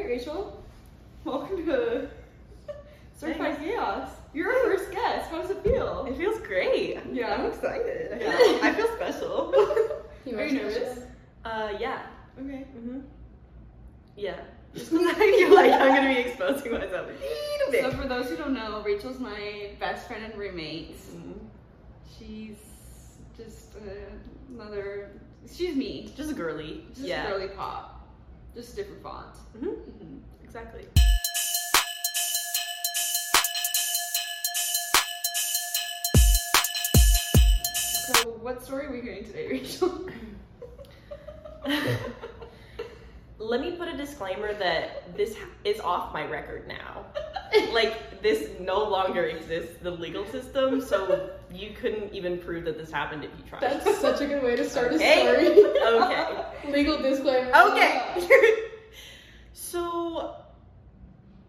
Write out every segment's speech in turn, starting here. Rachel. Welcome to Certified Chaos. You're our first guest. How does it feel? It feels great. Yeah. I'm excited. Yeah. I feel special. You Are you want to nervous? uh, yeah. Okay. Mm-hmm. Yeah. I feel like I'm gonna be exposing myself a little So bit. for those who don't know, Rachel's my best friend and roommate. Mhm. She's just uh, another. She's me. Just girly. Just yeah. girly pop. Just a different font. hmm Mm-hmm. Exactly. So what story are we hearing today, Rachel? Let me put a disclaimer that this is off my record now. Like this no longer exists in the legal system, so you couldn't even prove that this happened if you tried. That's such a good way to start Okay. a okay. story. Legal disclaimer. Okay. so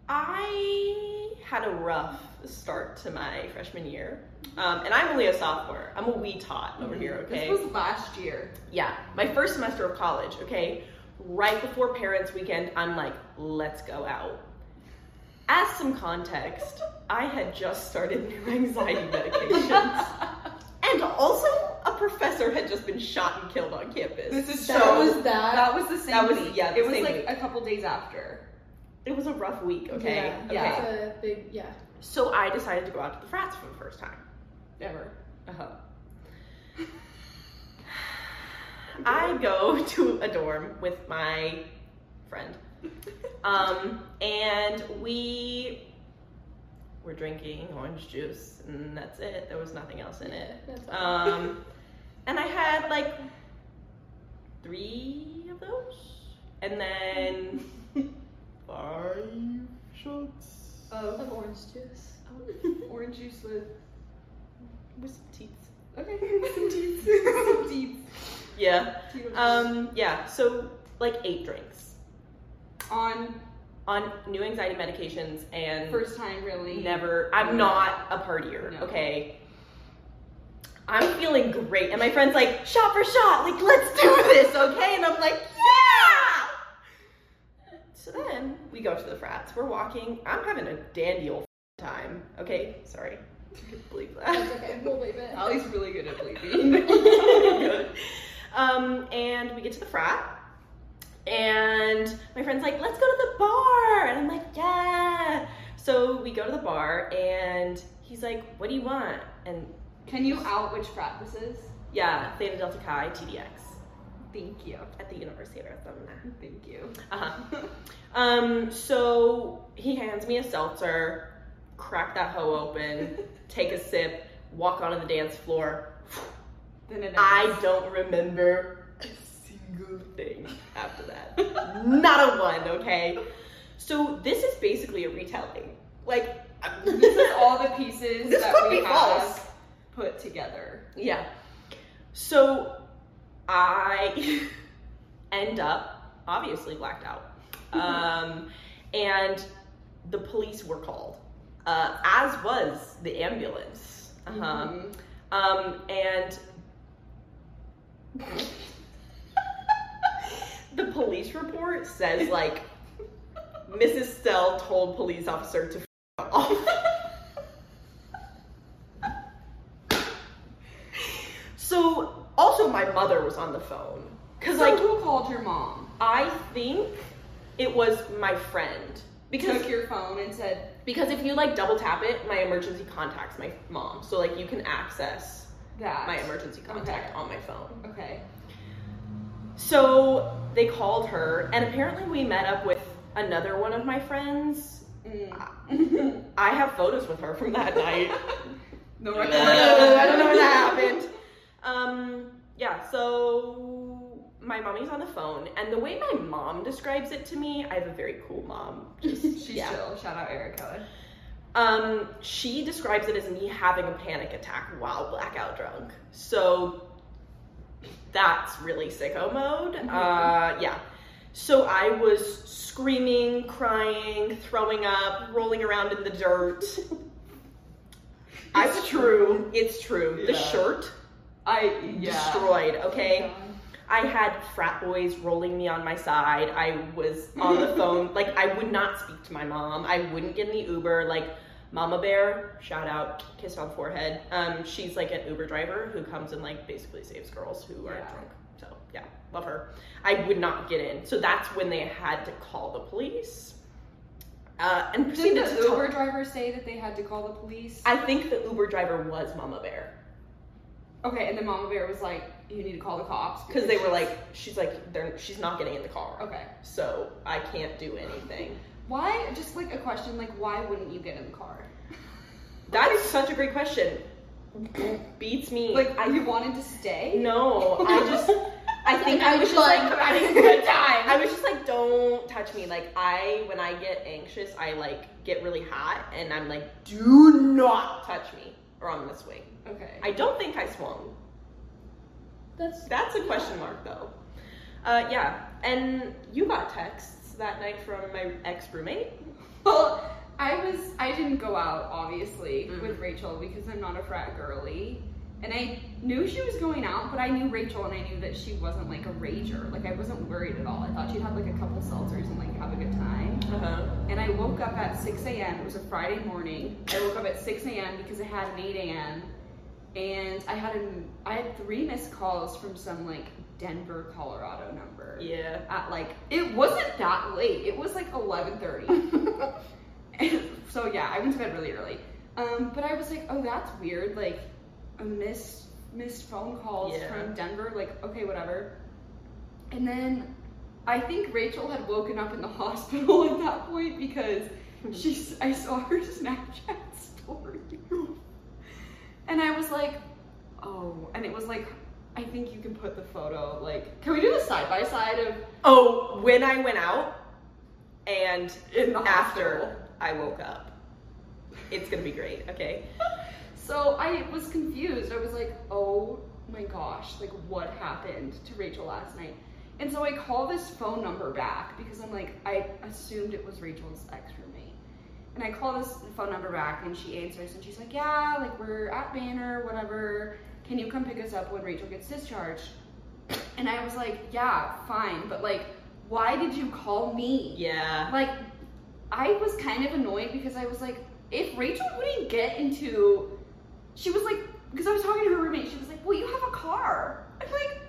I had a rough start to my freshman year. Um, and I'm only a sophomore. I'm a wee tot over here, okay? Mm-hmm. This was last year. yeah, my first semester of college, okay? Right before parents' weekend, I'm like, let's go out. As some context, I had just started new anxiety medications. and also, a professor had just been shot and killed on campus. This is That so. was that. That was the same. That was- week. yeah, the It was same like week. a couple days after. it was a rough week, okay? Yeah. okay. Yeah. That's a big yeah. So I decided to go out to the frats for the first time. Ever. Uh-huh. Oh, I go to a dorm with my friend. Um, and we were drinking orange juice, and that's it. There was nothing else in it. That's Um, and I had like three of those, and then five shots Of of orange juice. orange juice with. with some teeth. Okay. Some deets. Some deets. Yeah. Teeter- Um, yeah, so like eight drinks on on new anxiety medications and first time really. never, I'm not a partier, No. okay? I'm feeling great. And my friend's like, shot for shot, like, let's do this, okay? And I'm like, yeah! So then we go to the frats. We're walking. I'm having a dandy old time, okay? Sorry. I could believe that. That's okay. We'll leave it. Allie's really good at bleeping. um, and we get to the frat, and my friend's like, "Let's go to the bar," and I'm like, "Yeah." So we go to the bar, and he's like, "What do you want?" And Can you out which frat this is? yeah, Theta Delta Chi TDX Thank you. at the University of Arizona. Thank you. Uh-huh. Um, so he hands me a seltzer, crack that hoe open, take a sip, walk onto the dance floor, then it I don't remember a single thing after that. Not a one, okay? So this is basically a retelling. Like, ends. This is all the pieces this that could we be have false. put together. Yeah. So I end up obviously blacked out. Um, and the police were called, uh, as was the ambulance. Uh-huh. Mhm. Um, and the police report says like Mrs. Stell told police officer to f- off. so also my mother was on the phone because So like who called your mom? I think it was my friend because Took your phone and said, because if you like double tap it, my emergency contacts my mom, so like you can access that. my emergency contact Okay. on my phone. Okay. So they called her, and apparently we met up with another one of my friends. Mm. I have photos with her from that night. no, I don't know where that happened. Um, yeah, so my mommy's on the phone, and the way my mom describes it to me, I have a very cool mom. She's Yeah. chill. Shout out Erica. Um, she describes it as me having a panic attack while blackout drunk. So that's really sicko mode. Uh, yeah. So I was screaming, crying, throwing up, rolling around in the dirt. it's true. It's true. The Yeah. shirt I yeah. destroyed. Okay. Um, I had frat boys rolling me on my side. I was on the phone. Like, I would not speak to my mom. I wouldn't get in the Uber. Like, Mama Bear, shout out, kiss on forehead. Um, she's like an Uber driver who comes and like basically saves girls who are Yeah. drunk. So yeah, love her. I would not get in. So that's when they had to call the police. Uh, and Did proceeded the to tell- Uber driver say that they had to call the police? I think the Uber driver was Mama Bear. okay, and then Mama Bear was like, "You need to call the cops." because they were she's- like she's like they're, she's not getting in the car "Okay, so i can't do anything why?" Just like a question, like, "Why wouldn't you get in the car?" that is such a great question beats me Like, you wanted to stay? no i just i think i I was was just like like, I, having a good time. I was just like don't touch me like i when i get anxious i like get really hot and i'm like do not touch me or i'm gonna swing Okay. i don't think i swung That's That's a question mark, though. Uh, yeah, and you got texts that night from my ex roommate. Well, I was I didn't go out obviously Mhm. with Rachel because I'm not a frat girly. And I knew she was going out, but I knew Rachel and I knew that she wasn't like a rager. Like I wasn't worried at all. I thought she'd have like a couple seltzers and like have a good time. Uh huh. And I woke up at 6 a.m. It was a Friday morning. I woke up at 6 a.m. because I had an 8 a.m. And I had an I had three missed calls from some like Denver, Colorado number. Yeah. At like it wasn't that late. It was like 11:30. so yeah, I went to bed really early. Um, but I was like, oh, that's weird. Like, a missed missed phone calls Yeah. from Denver. Like, okay, whatever. And then I think Rachel had woken up in the hospital at that point because she s- I saw her Snapchat story, and I was like, oh, and it was like. I think you can put the photo like. Can we do the side by side of oh, when I went out and in the hospital? after I woke up, it's gonna be great. Okay. So I was confused. I was like, oh my gosh, like what happened to Rachel last night? And so I call this phone number back because I'm like, I assumed it was Rachel's ex roommate. And I call this phone number back and she answers and she's like, yeah, like we're at Banner, whatever. Can you come pick us up when Rachel gets discharged? And I was like, yeah, fine. But like, why did you call me? Yeah. Like, I was kind of annoyed because I was like, if Rachel wouldn't get into, she was like, because I was talking to her roommate, she was like, well, you have a car. I'm like,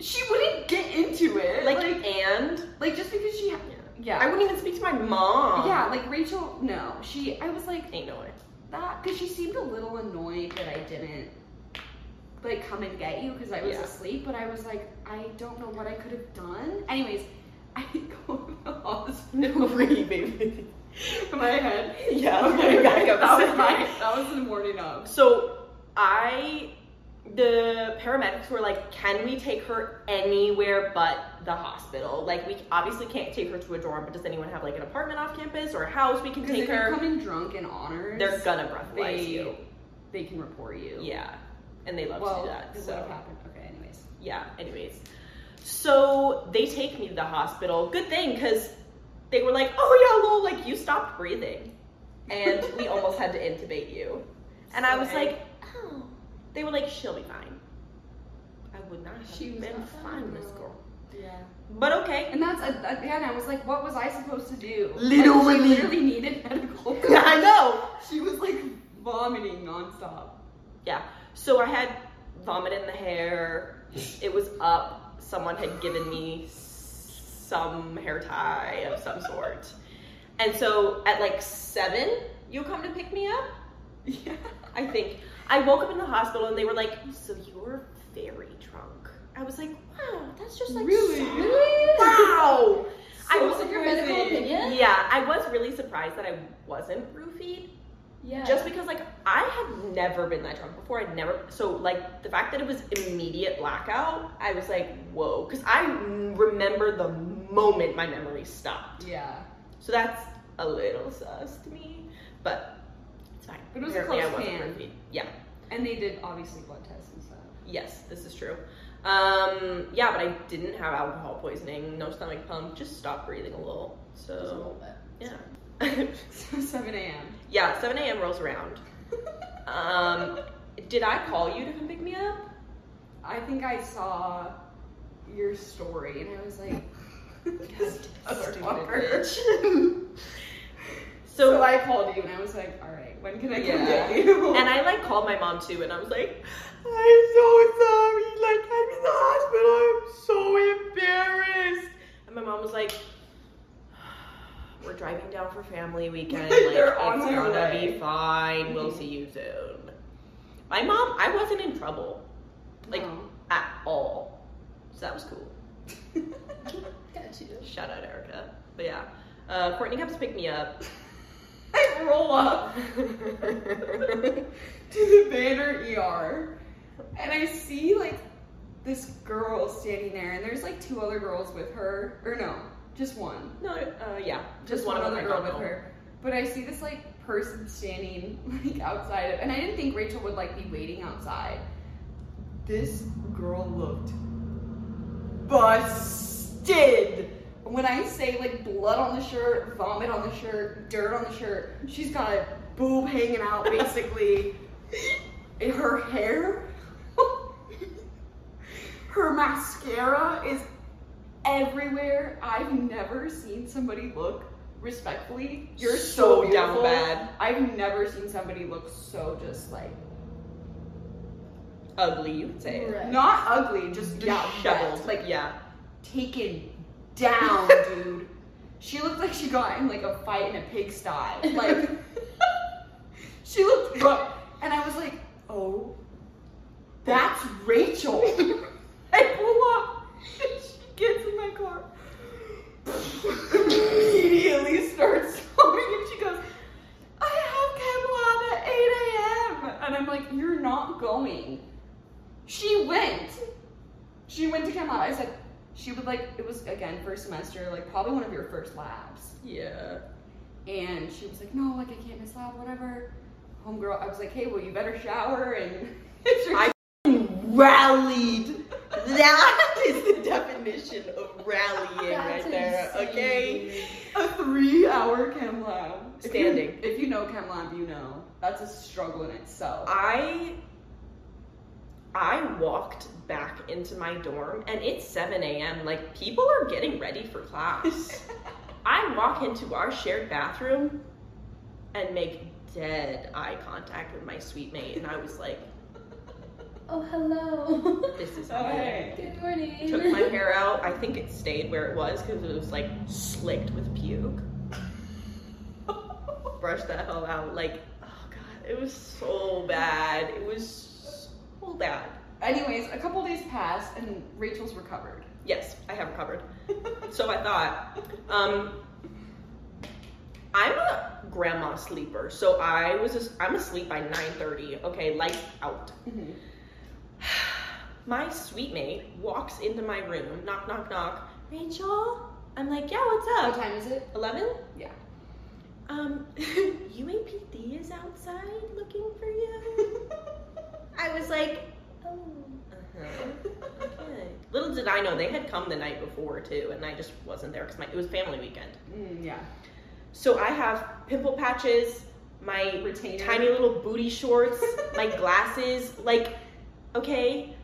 she wouldn't get into it. Like, like, and like, just because she, ha- yeah. I yeah, wouldn't even speak to my mom. yeah, like Rachel, no, she, I was like Ain't no way. that because she seemed a little annoyed that I didn't. Like come and get you because I was Yeah. asleep, but I was like, I don't know what I could have done. Anyways, I go to the hospital. No way, baby. My head. Yeah. Okay, back up. that was my that was the morning of. So I, the paramedics were like, can we take her anywhere but the hospital? Like, we obviously can't take her to a dorm, but does anyone have like an apartment off campus or a house we can Because if take you're her? coming drunk in honors, They're gonna breathalyze they- you. they can report you. Yeah. And they love well, to do that. it So. would have happened. Okay, anyways. yeah, anyways. So they take me to the hospital. Good thing, because they were like, oh yeah, lol, like you stopped breathing. And we almost had to intubate you. And I was Sorry. like, oh. They were like, she'll be fine. I would not have Oh. She was been not fine, fine, Miss though. Girl. Yeah. But okay. And that's again. I was like, what was I supposed to do? Little like, Willie. she literally needed medical. I know. she was like vomiting nonstop. So I had vomit in the hair. It was up. Someone had given me some hair tie of some sort. And so at like seven, you come to pick me up. Yeah. I think I woke up in the hospital and they were like, "So you're very drunk." I was like, "Wow, that's just like Really? so- Really? wow." I So was your medical surprising. opinion? Yeah, I was really surprised that I wasn't roofied Yeah. just because like i have never been that drunk before i'd never so like the fact that it was immediate blackout i was like whoa because i remember the moment my memory stopped Yeah. so that's a little sus to me but it's fine But it was a Apparently, I close wasn't hand. roofied. yeah And they did obviously blood tests and stuff. yes this is true um yeah but i didn't have alcohol poisoning no stomach pump just stopped breathing a little Just a so little bit. yeah So 7 a.m. yeah 7 a.m rolls around um did i call you to come pick me up I think I saw your story. And I was like, Other Stupid fucker. so, so I called you and I was like, all right, when can I come Yeah. get you? and I like called my mom too, and I was like, I'm so sorry. Like I'm in the hospital. I'm so embarrassed. And my mom was like, We're driving down for family weekend. Like They're it's on their gonna way." be fine. We'll Mhm. see you soon. My mom, I wasn't in trouble like- No. at all, so that was cool. Got you. Shout out Erica. But yeah, uh, Courtney comes to pick me up. I roll up to the Banner ER and I see like this girl standing there and there's like two other girls with her. Or no, just one. no, uh, yeah, just, one, of other them. I girl don't with know. her. But I see this like person standing like outside of, and I didn't think Rachel would like be waiting outside. This girl looked busted. When I say like blood on the shirt, vomit on the shirt, dirt on the shirt, she's got a boob hanging out basically. and her hair, her mascara is everywhere. I've never seen somebody look respectfully. You're so, So down beautiful. bad. I've never seen somebody look so just like Ugly, you would say. it. Right. not ugly, just Disheveled, disheveled, like yeah. taken down, dude. She looked like she got in like a fight in a pigsty. Like she looked rough, and I was like, oh, that's Rachel. I pull up, and she gets in my car. Immediately starts sobbing, and she goes, I have Camelot at 8 a.m. And I'm like, you're not going. She went. She went to Camelot. I said, she would like, it was again first semester, like probably one of your first labs. Yeah. And she was like, no, like I can't miss lab, whatever. Homegirl, I was like, hey, well, you better shower and. I rallied. That is the definition of rallying right That's there. Okay. insane. a three hour chem lab. If you- Standing. If you, know chem lab, you know. That's a struggle in itself. I I walked back into my dorm and it's 7 a.m. Like people are getting ready for class. I walk into our shared bathroom and make dead eye contact with my sweet mate, and I was like, Oh, hello. "This is Oh, me." hey. Good morning. Took my hair out. I think it stayed where it was because it was like slicked with puke. Brushed that hell out. Like, oh god, it was so bad. It was so bad. Anyways, a couple days passed and Rachel's recovered. Yes, I have recovered. So I thought, um, I'm a grandma sleeper, so I was just, I'm asleep by 9:30. Okay, lights out. Mhm. My sweet mate walks into my room, knock, knock, knock. Rachel, I'm like, yeah, what's What up? time is it? 11? Yeah. Um, UAPD is outside looking for you. I was like, Oh. uh-huh. Okay. Little did I know they had come the night before too, and I just wasn't there because it was family weekend. Mm, yeah. So I have pimple patches, my Retainer. tiny little booty shorts, my glasses. Like, okay.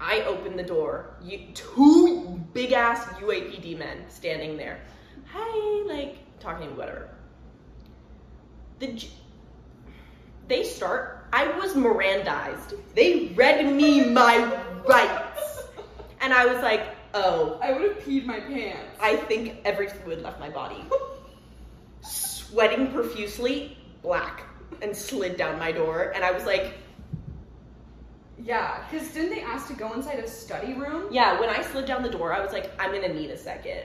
I open the door. You, two big ass UAPD men standing there. Hi, like talking to me, whatever. The j- they start. I was Mirandized. They read me my rights, and I was like, oh. I would have peed my pants. I think every fluid left my body. Sweating profusely, black, and slid down my door. And I was like, yeah, because didn't they ask to go inside a study room? yeah, when I slid down the door, I was like, I'm gonna need a second.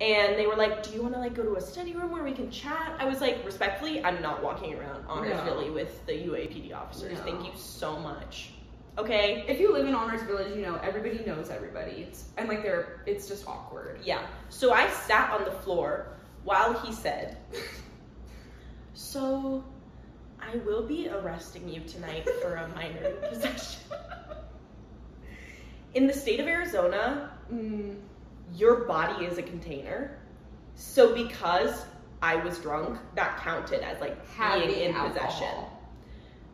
And they were like, Do you wanna like go to a study room where we can chat? I was like, respectfully, I'm not walking around Honorsville with the UAPD officers. No. Thank you so much. Okay. If you live in Honors Village, you know everybody knows everybody. It's, and like they're, it's just awkward. Yeah. So I sat on the floor while he said, So I will be arresting you tonight for a minor in possession. In the state of Arizona, Mm, your body is a container. So because I was drunk, that counted as like having being in alcohol. possession.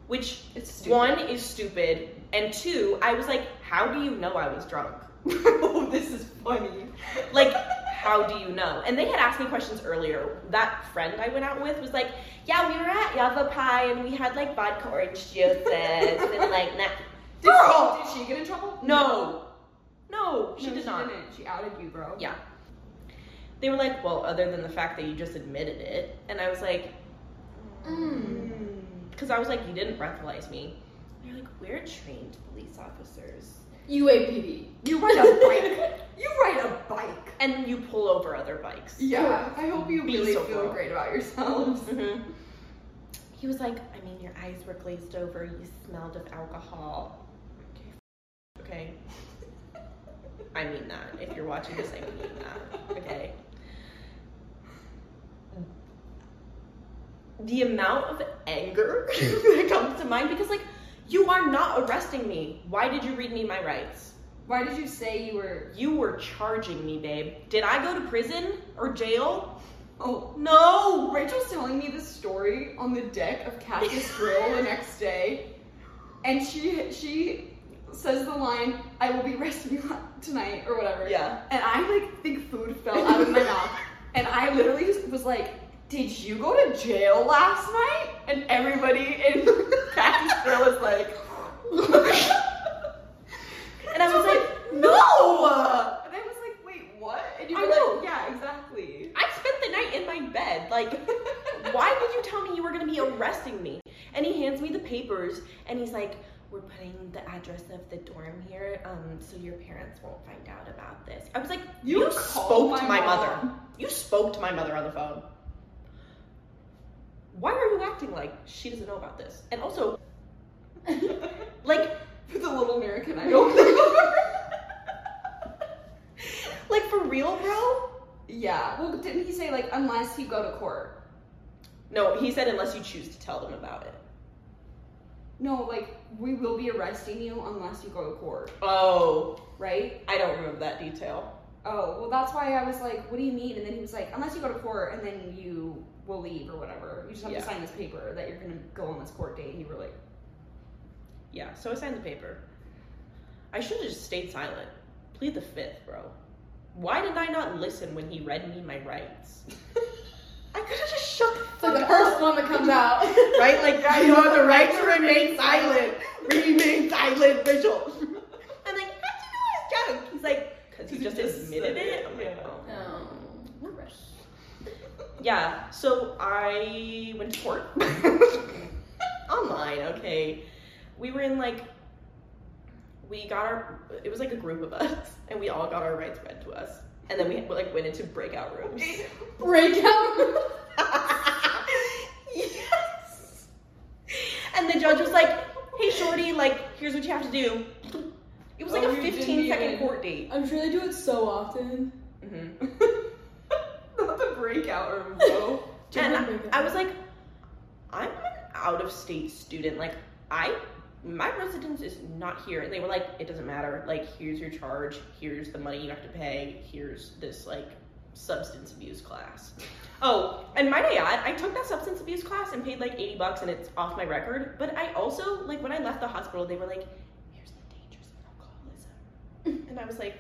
Which It's stupid. one is stupid, and two, I was like, how do you know I was drunk? oh, this is funny. Like, how do you know? And they had asked me questions earlier. That friend I went out with was like, yeah, we were at Yavapai and we had like vodka orange juices and like that. Did, Girl! she, did she get in trouble? No, no, she No, did not. Didn't. She outed you, bro. Yeah. They were like, well, other than the fact that you just admitted it, and I was like, Mm. Mm. because I was like, you didn't breathalyze me. They're like, we're trained police officers. UAPD. You ride a bike. you ride a bike. And you pull over other bikes. Yeah. I hope you Be really so feel pro. great about yourselves. hmm He was like, I mean, your eyes were glazed over. You smelled of alcohol. Okay. I mean that. If you're watching this, I mean that. Okay. The amount of anger that comes to mind because, like, you are not arresting me. Why did you read me my rights? Why did you say you were? You were charging me, babe. Did I go to prison or jail? Oh. No! Rachel's telling me this story on the deck of Cassius Grill the next day, and she she says the line, "I will be resting you tonight" or whatever. Yeah. And I like think food fell out of my mouth, and I literally just was like, "Did you go to jail last night?" And everybody in Cassius Grill is like, And I was I'm like, no! and I was like, "Wait, what?" And you I were know. like, "Yeah, exactly." I spent the night in my bed. Like, why did you tell me you were gonna be arresting me? And he hands me the papers and he's like, We're putting the address of the dorm here, um, so your parents won't find out about this. I was like, You, You spoke called to my my mother. mom. You spoke to my mother on the phone. Why are you acting like she doesn't know about this? And also, like, For the little American Idol. like for real, bro? yeah. Well, didn't he say like unless he go to court? No, he said unless you choose to tell them about it. No, like we will be arresting you unless you go to court, Oh, right? I don't remember that detail. Oh, well that's why I was like, what do you mean? And then he was like, unless you go to court and then you will leave or whatever. You just have Yeah. to sign this paper that you're gonna go on this court date and you were like, Yeah, so I signed the paper. I should have just stayed silent. Plead the fifth, bro. Why did I not listen when he read me my rights? I could have just shut the It's like fuck the up. first one that comes out. Right? Like, I have the right to remain silent. Remain silent, Mitchell. I'm like, how'd you know I was drunk? He's like, because he He just just admitted said it. it, I'm like, yeah. "Oh." No. Yeah, so I went to court. Online, okay. We were in like, we got our, it was like a group of us, and we all got our rights read to us. And then we like went into breakout rooms. Breakout. yes! And the judge was like, hey, Shorty, like, here's what you have to do. It was like Oh, a you didn't 15 second even- court date. I'm sure they do it so often. Mm-hmm. Not the breakout room, bro. And Different I- breakout. I was like, I'm an out of state student. Like, I, my residence is not here. And they were like, it doesn't matter. Like, here's your charge. Here's the money you have to pay. Here's this, like, substance abuse class. Oh, and might I add, I took that substance abuse class and paid like 80 bucks and it's off my record. But I also, like, when I left the hospital, they were like, here's the dangers of alcoholism. And I was like,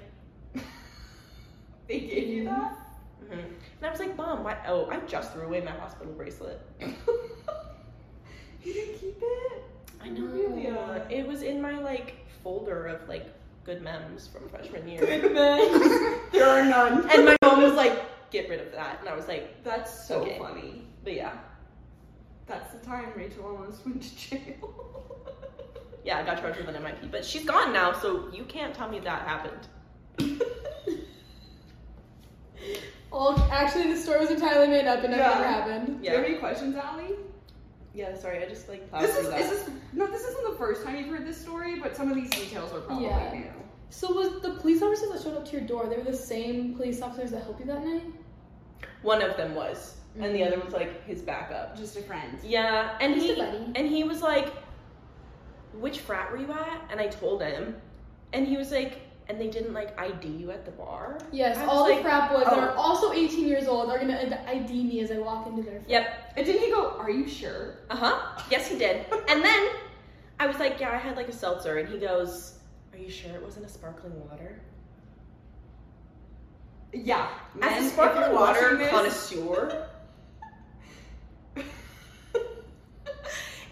they gave you that? mhm. and I was like, Mom, why? Oh, I just threw away my hospital bracelet. you didn't keep it? I know. Really? It was in my like folder of like good memes from freshman year. Good man. there are none. and my mom was like, get rid of that. And I was like, That's so Okay. funny. but yeah. That's the time Rachel almost went to jail. Yeah, I got charged with an MIP. But she's gone now, so you can't tell me that happened. Well, actually, the story was entirely made up and never Yeah. happened. Do you have any questions, Allie? Yeah, sorry, I just like This is, is this no, this isn't the first time you've heard this story, but some of these details are probably Yeah. new. So was the police officers that showed up to your door? They were the same police officers that helped you that night. One of them was. And the Mm. other was like his backup. Just a friend. Yeah, and Just a he buddy. and he was like, "Which frat were you at?" And I told him, and he was like, "And they didn't like ID you at the bar." Yes, I was all like, the frat boys that oh. are also 18 years old are gonna ID me as I walk into their. Yep. And didn't he go, Are you sure? Uh huh. Yes, he did. And then I was like, "Yeah, I had like a seltzer," and he goes, "Are you sure it wasn't a sparkling water?" Yeah. men, As a if sparkling you're water watching this- connoisseur.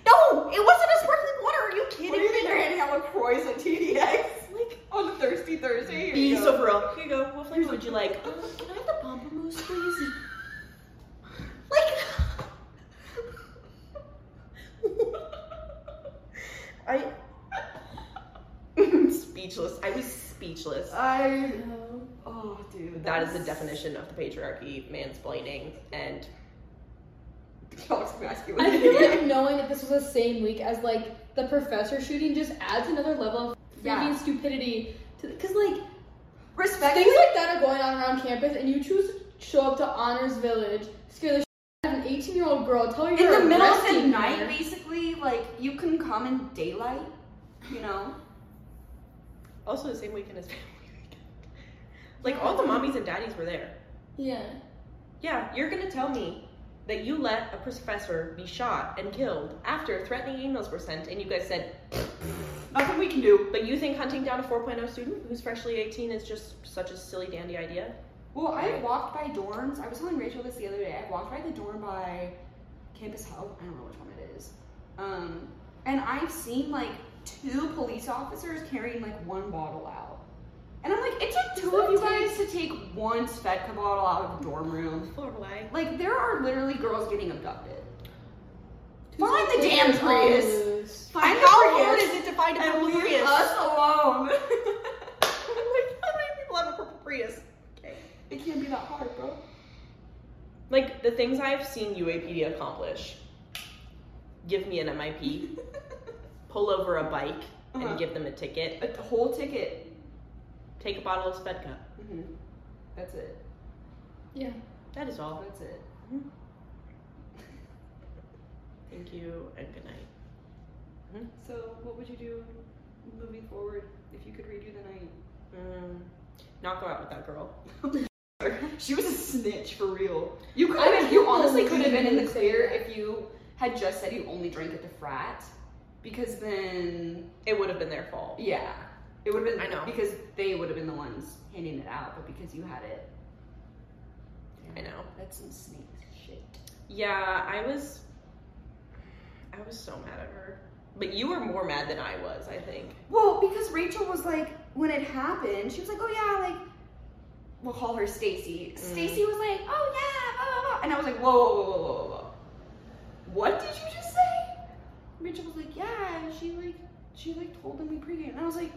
no, it wasn't a sparkling water. Are you kidding What do you think me? you're handing out LaCroix at TDX? Like, On Thirsty Thursday? Here be you so go. for real. Here you go. What flavor would you like? Um, can I have the Bombomousse, please? like, I. speechless. I was speechless. I. Oh, dude. That is the definition of the patriarchy, mansplaining, and Toxic I feel masculinity. like knowing that this was the same week as like the professor shooting just adds another level of freaking Yeah. stupidity to because like Respect. things like that are going on around campus, and you choose to show up to Honors Village, scare the shit out of an 18 year old girl, tell her In you're the middle of the arresting her. night, basically, like, you can come in daylight, you know? also the same weekend as family weekend. Like, all the mommies and daddies were there. Yeah. Yeah, you're gonna tell me that you let a professor be shot and killed after threatening emails were sent, and you guys said, Nothing we can do. but you think hunting down a 4.0 student who's freshly 18 is just such a silly dandy idea? Well, I walked by dorms. I was telling Rachel this the other day. I walked by the dorm by Campus Health. I don't know which one it is. Um, and I've seen like two police officers carrying like one bottle out. And I'm like, it took two of you guys to take one Svetka bottle out of the dorm room. Poor Hawaii. Like, there are literally girls getting abducted. Find the damn Prius. Find the How hard Prius is it to find a and purple leave Prius? us alone. Oh like, how many people have a purple Prius? it can't be that hard, bro. Like, the things I've seen UAPD accomplish give me an MIP, pull over a bike Uh-huh. and give them a ticket, A whole ticket. take a bottle of Spedka. hmm That's it. Yeah. That is all. That's it. Thank you and good night. So, what would you do moving forward if you could redo the Mm, not go out with that girl. night? she was a snitch for real. You could I have, you can't honestly believe could have been in the you clear said if you had just said you only drank at the frat, because then It would have been their fault. yeah, it would have been. I know. because they would have been the ones handing it out, but because you had it, I know. that's some snake shit. Yeah, I was. I was so mad at her. But you were more mad than I was, I think. Well, because Rachel was like, when it happened, she was like, oh yeah, like, we'll call her Stacy. Stacy was like, oh yeah, blah, blah, blah. And I was like, whoa, whoa, whoa, whoa, whoa, whoa. What did you just say? Rachel was like, yeah, she like, she like told them we pregame. And I was like,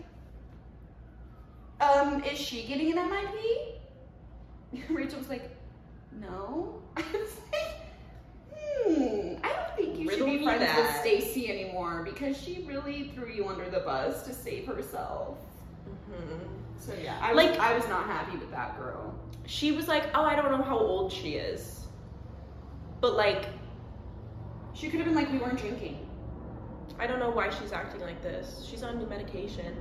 um, is she getting an MIP? Rachel was like, no. I was like, hmm, I don't think you Riddle should me be friends with that. Stacy anymore because she really threw you under the bus to save herself. Mm-hmm. So yeah, I was, Like- I was not happy with that girl. She was like, "Oh, I don't know how old she is," but like, She could have been like, we weren't drinking, I don't know why she's acting like this. She's on new medication.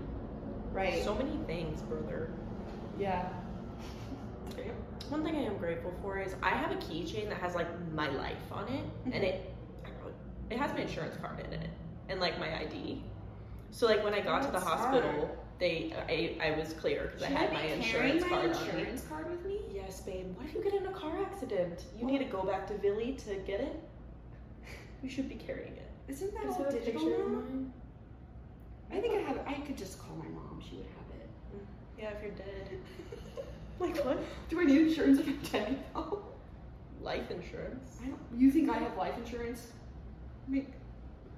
right? So many things, brother. yeah. One thing I am grateful for is I have a keychain that has like my life on it, and it I wrote- it has my insurance card in it and like my ID. So like when I got to the That's hospital, smart. they I, I was clear because Should I I had be my carrying insurance my card on me. insurance card with me? Yes, babe. What if you get in a car accident? You need to go back to Billy to get it. You should be carrying it. Isn't that Is all there a digital picture of now? mine? I think I have. I could just call my mom. She would have Yeah, if you're dead. it. Like what? Do I need insurance if I'm dead? Oh, Life insurance. I don't, you think I have life insurance? Make,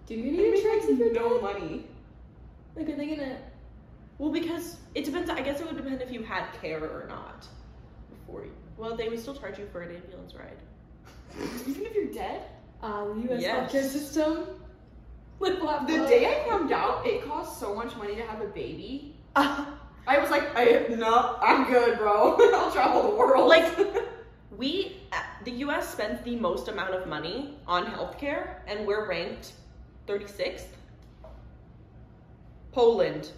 Do you need make insurance if you're no dead? money. Like, are they gonna? Well, because it depends. I guess it would depend if you had care or not. Before you, well, they would still charge you for an ambulance ride. Even if you're dead. Uh, the U.S. Yes. healthcare system. Like, we'll have The to- day I found out it costs so much money to have a baby, I was like, I, no, I'm good, bro. I'll travel the world. Like- We, uh, the U.S. spends the most amount of money on healthcare, and we're ranked 36th. Poland.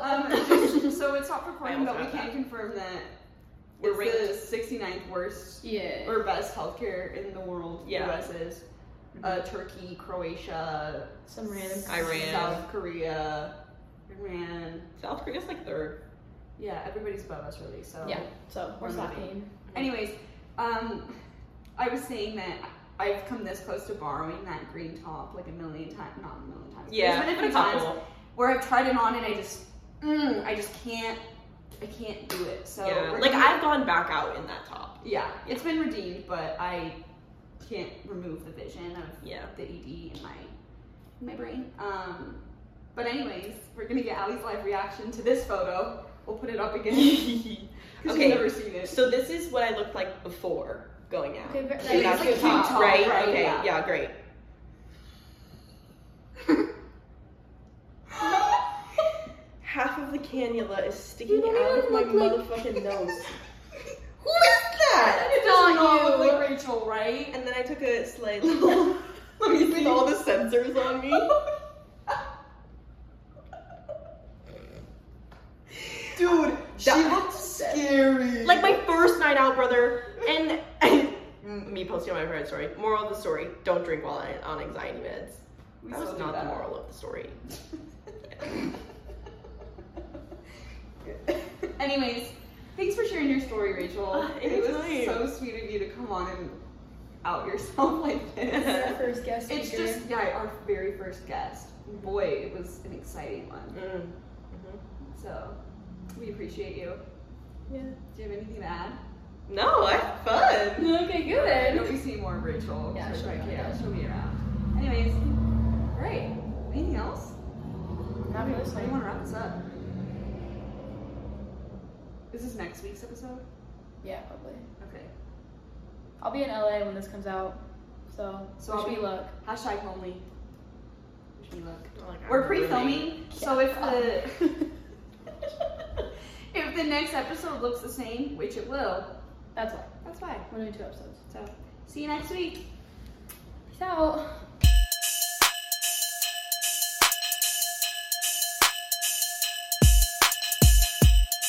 um, just, so it's not for claim, I but also we have can confirm that We're it's ranked. the 69th worst Yeah. or best healthcare in the world. Yeah. US is. Uh, Turkey, Croatia, Some random. Iran. South Korea, Iran. South Korea's like third. Yeah, everybody's above us really. So Yeah. So we're We're moving. slapping. Anyways, um, I was saying that I've come this close to borrowing that green top like a million times, not a million times. but Yeah, it's been a few times where I've tried it on and I just, mm, I just can't, I can't do it. So yeah, we're like gonna- I've gone back out in that top. yeah, it's been redeemed, but I can't remove the vision of Yeah. the ED in my in my brain. Um, but anyways, we're gonna get Ali's live reaction to this photo. We'll put it up again because Okay. you've never seen it. so this is what I looked like before going out. Okay, but It like, is that's like the a cute top, top, right? right, Okay, yeah. yeah, great. Half of the cannula is sticking You don't out of even my look motherfucking nose. Who is that? It does not look like Rachel, right? And then I took a slight little. Let me see all the sensors on me. Dude, That- scary. Like my first night out, brother. And me posting on my friend's story. Moral of the story: Don't drink while on anxiety meds. We That still was do not the that. moral of the story. Anyways, thanks for sharing your story, Rachel. Ah, it was anytime. so sweet of you to come on and out yourself like This is this. our first guest it's speaker. just yeah, our very first guest. Boy, it was an exciting one. Mm. So we appreciate you. Yeah. Do you have anything to add? No, I had fun. okay, I know good. we see more of Rachel. Yeah, so she'll be like, around. yeah, she'll be around. Anyways, great. Anything else? How do you want to wrap this up? Is this next week's episode? Yeah, probably. Okay. I'll be in LA when this comes out, so So wish I'll me be- luck. Hashtag lonely. Wish me luck. Like, I'm We're really- pre-filming, so if the that's if the next episode looks the same, which it will, why that's why. we're doing two episodes. So see you next week. Peace out.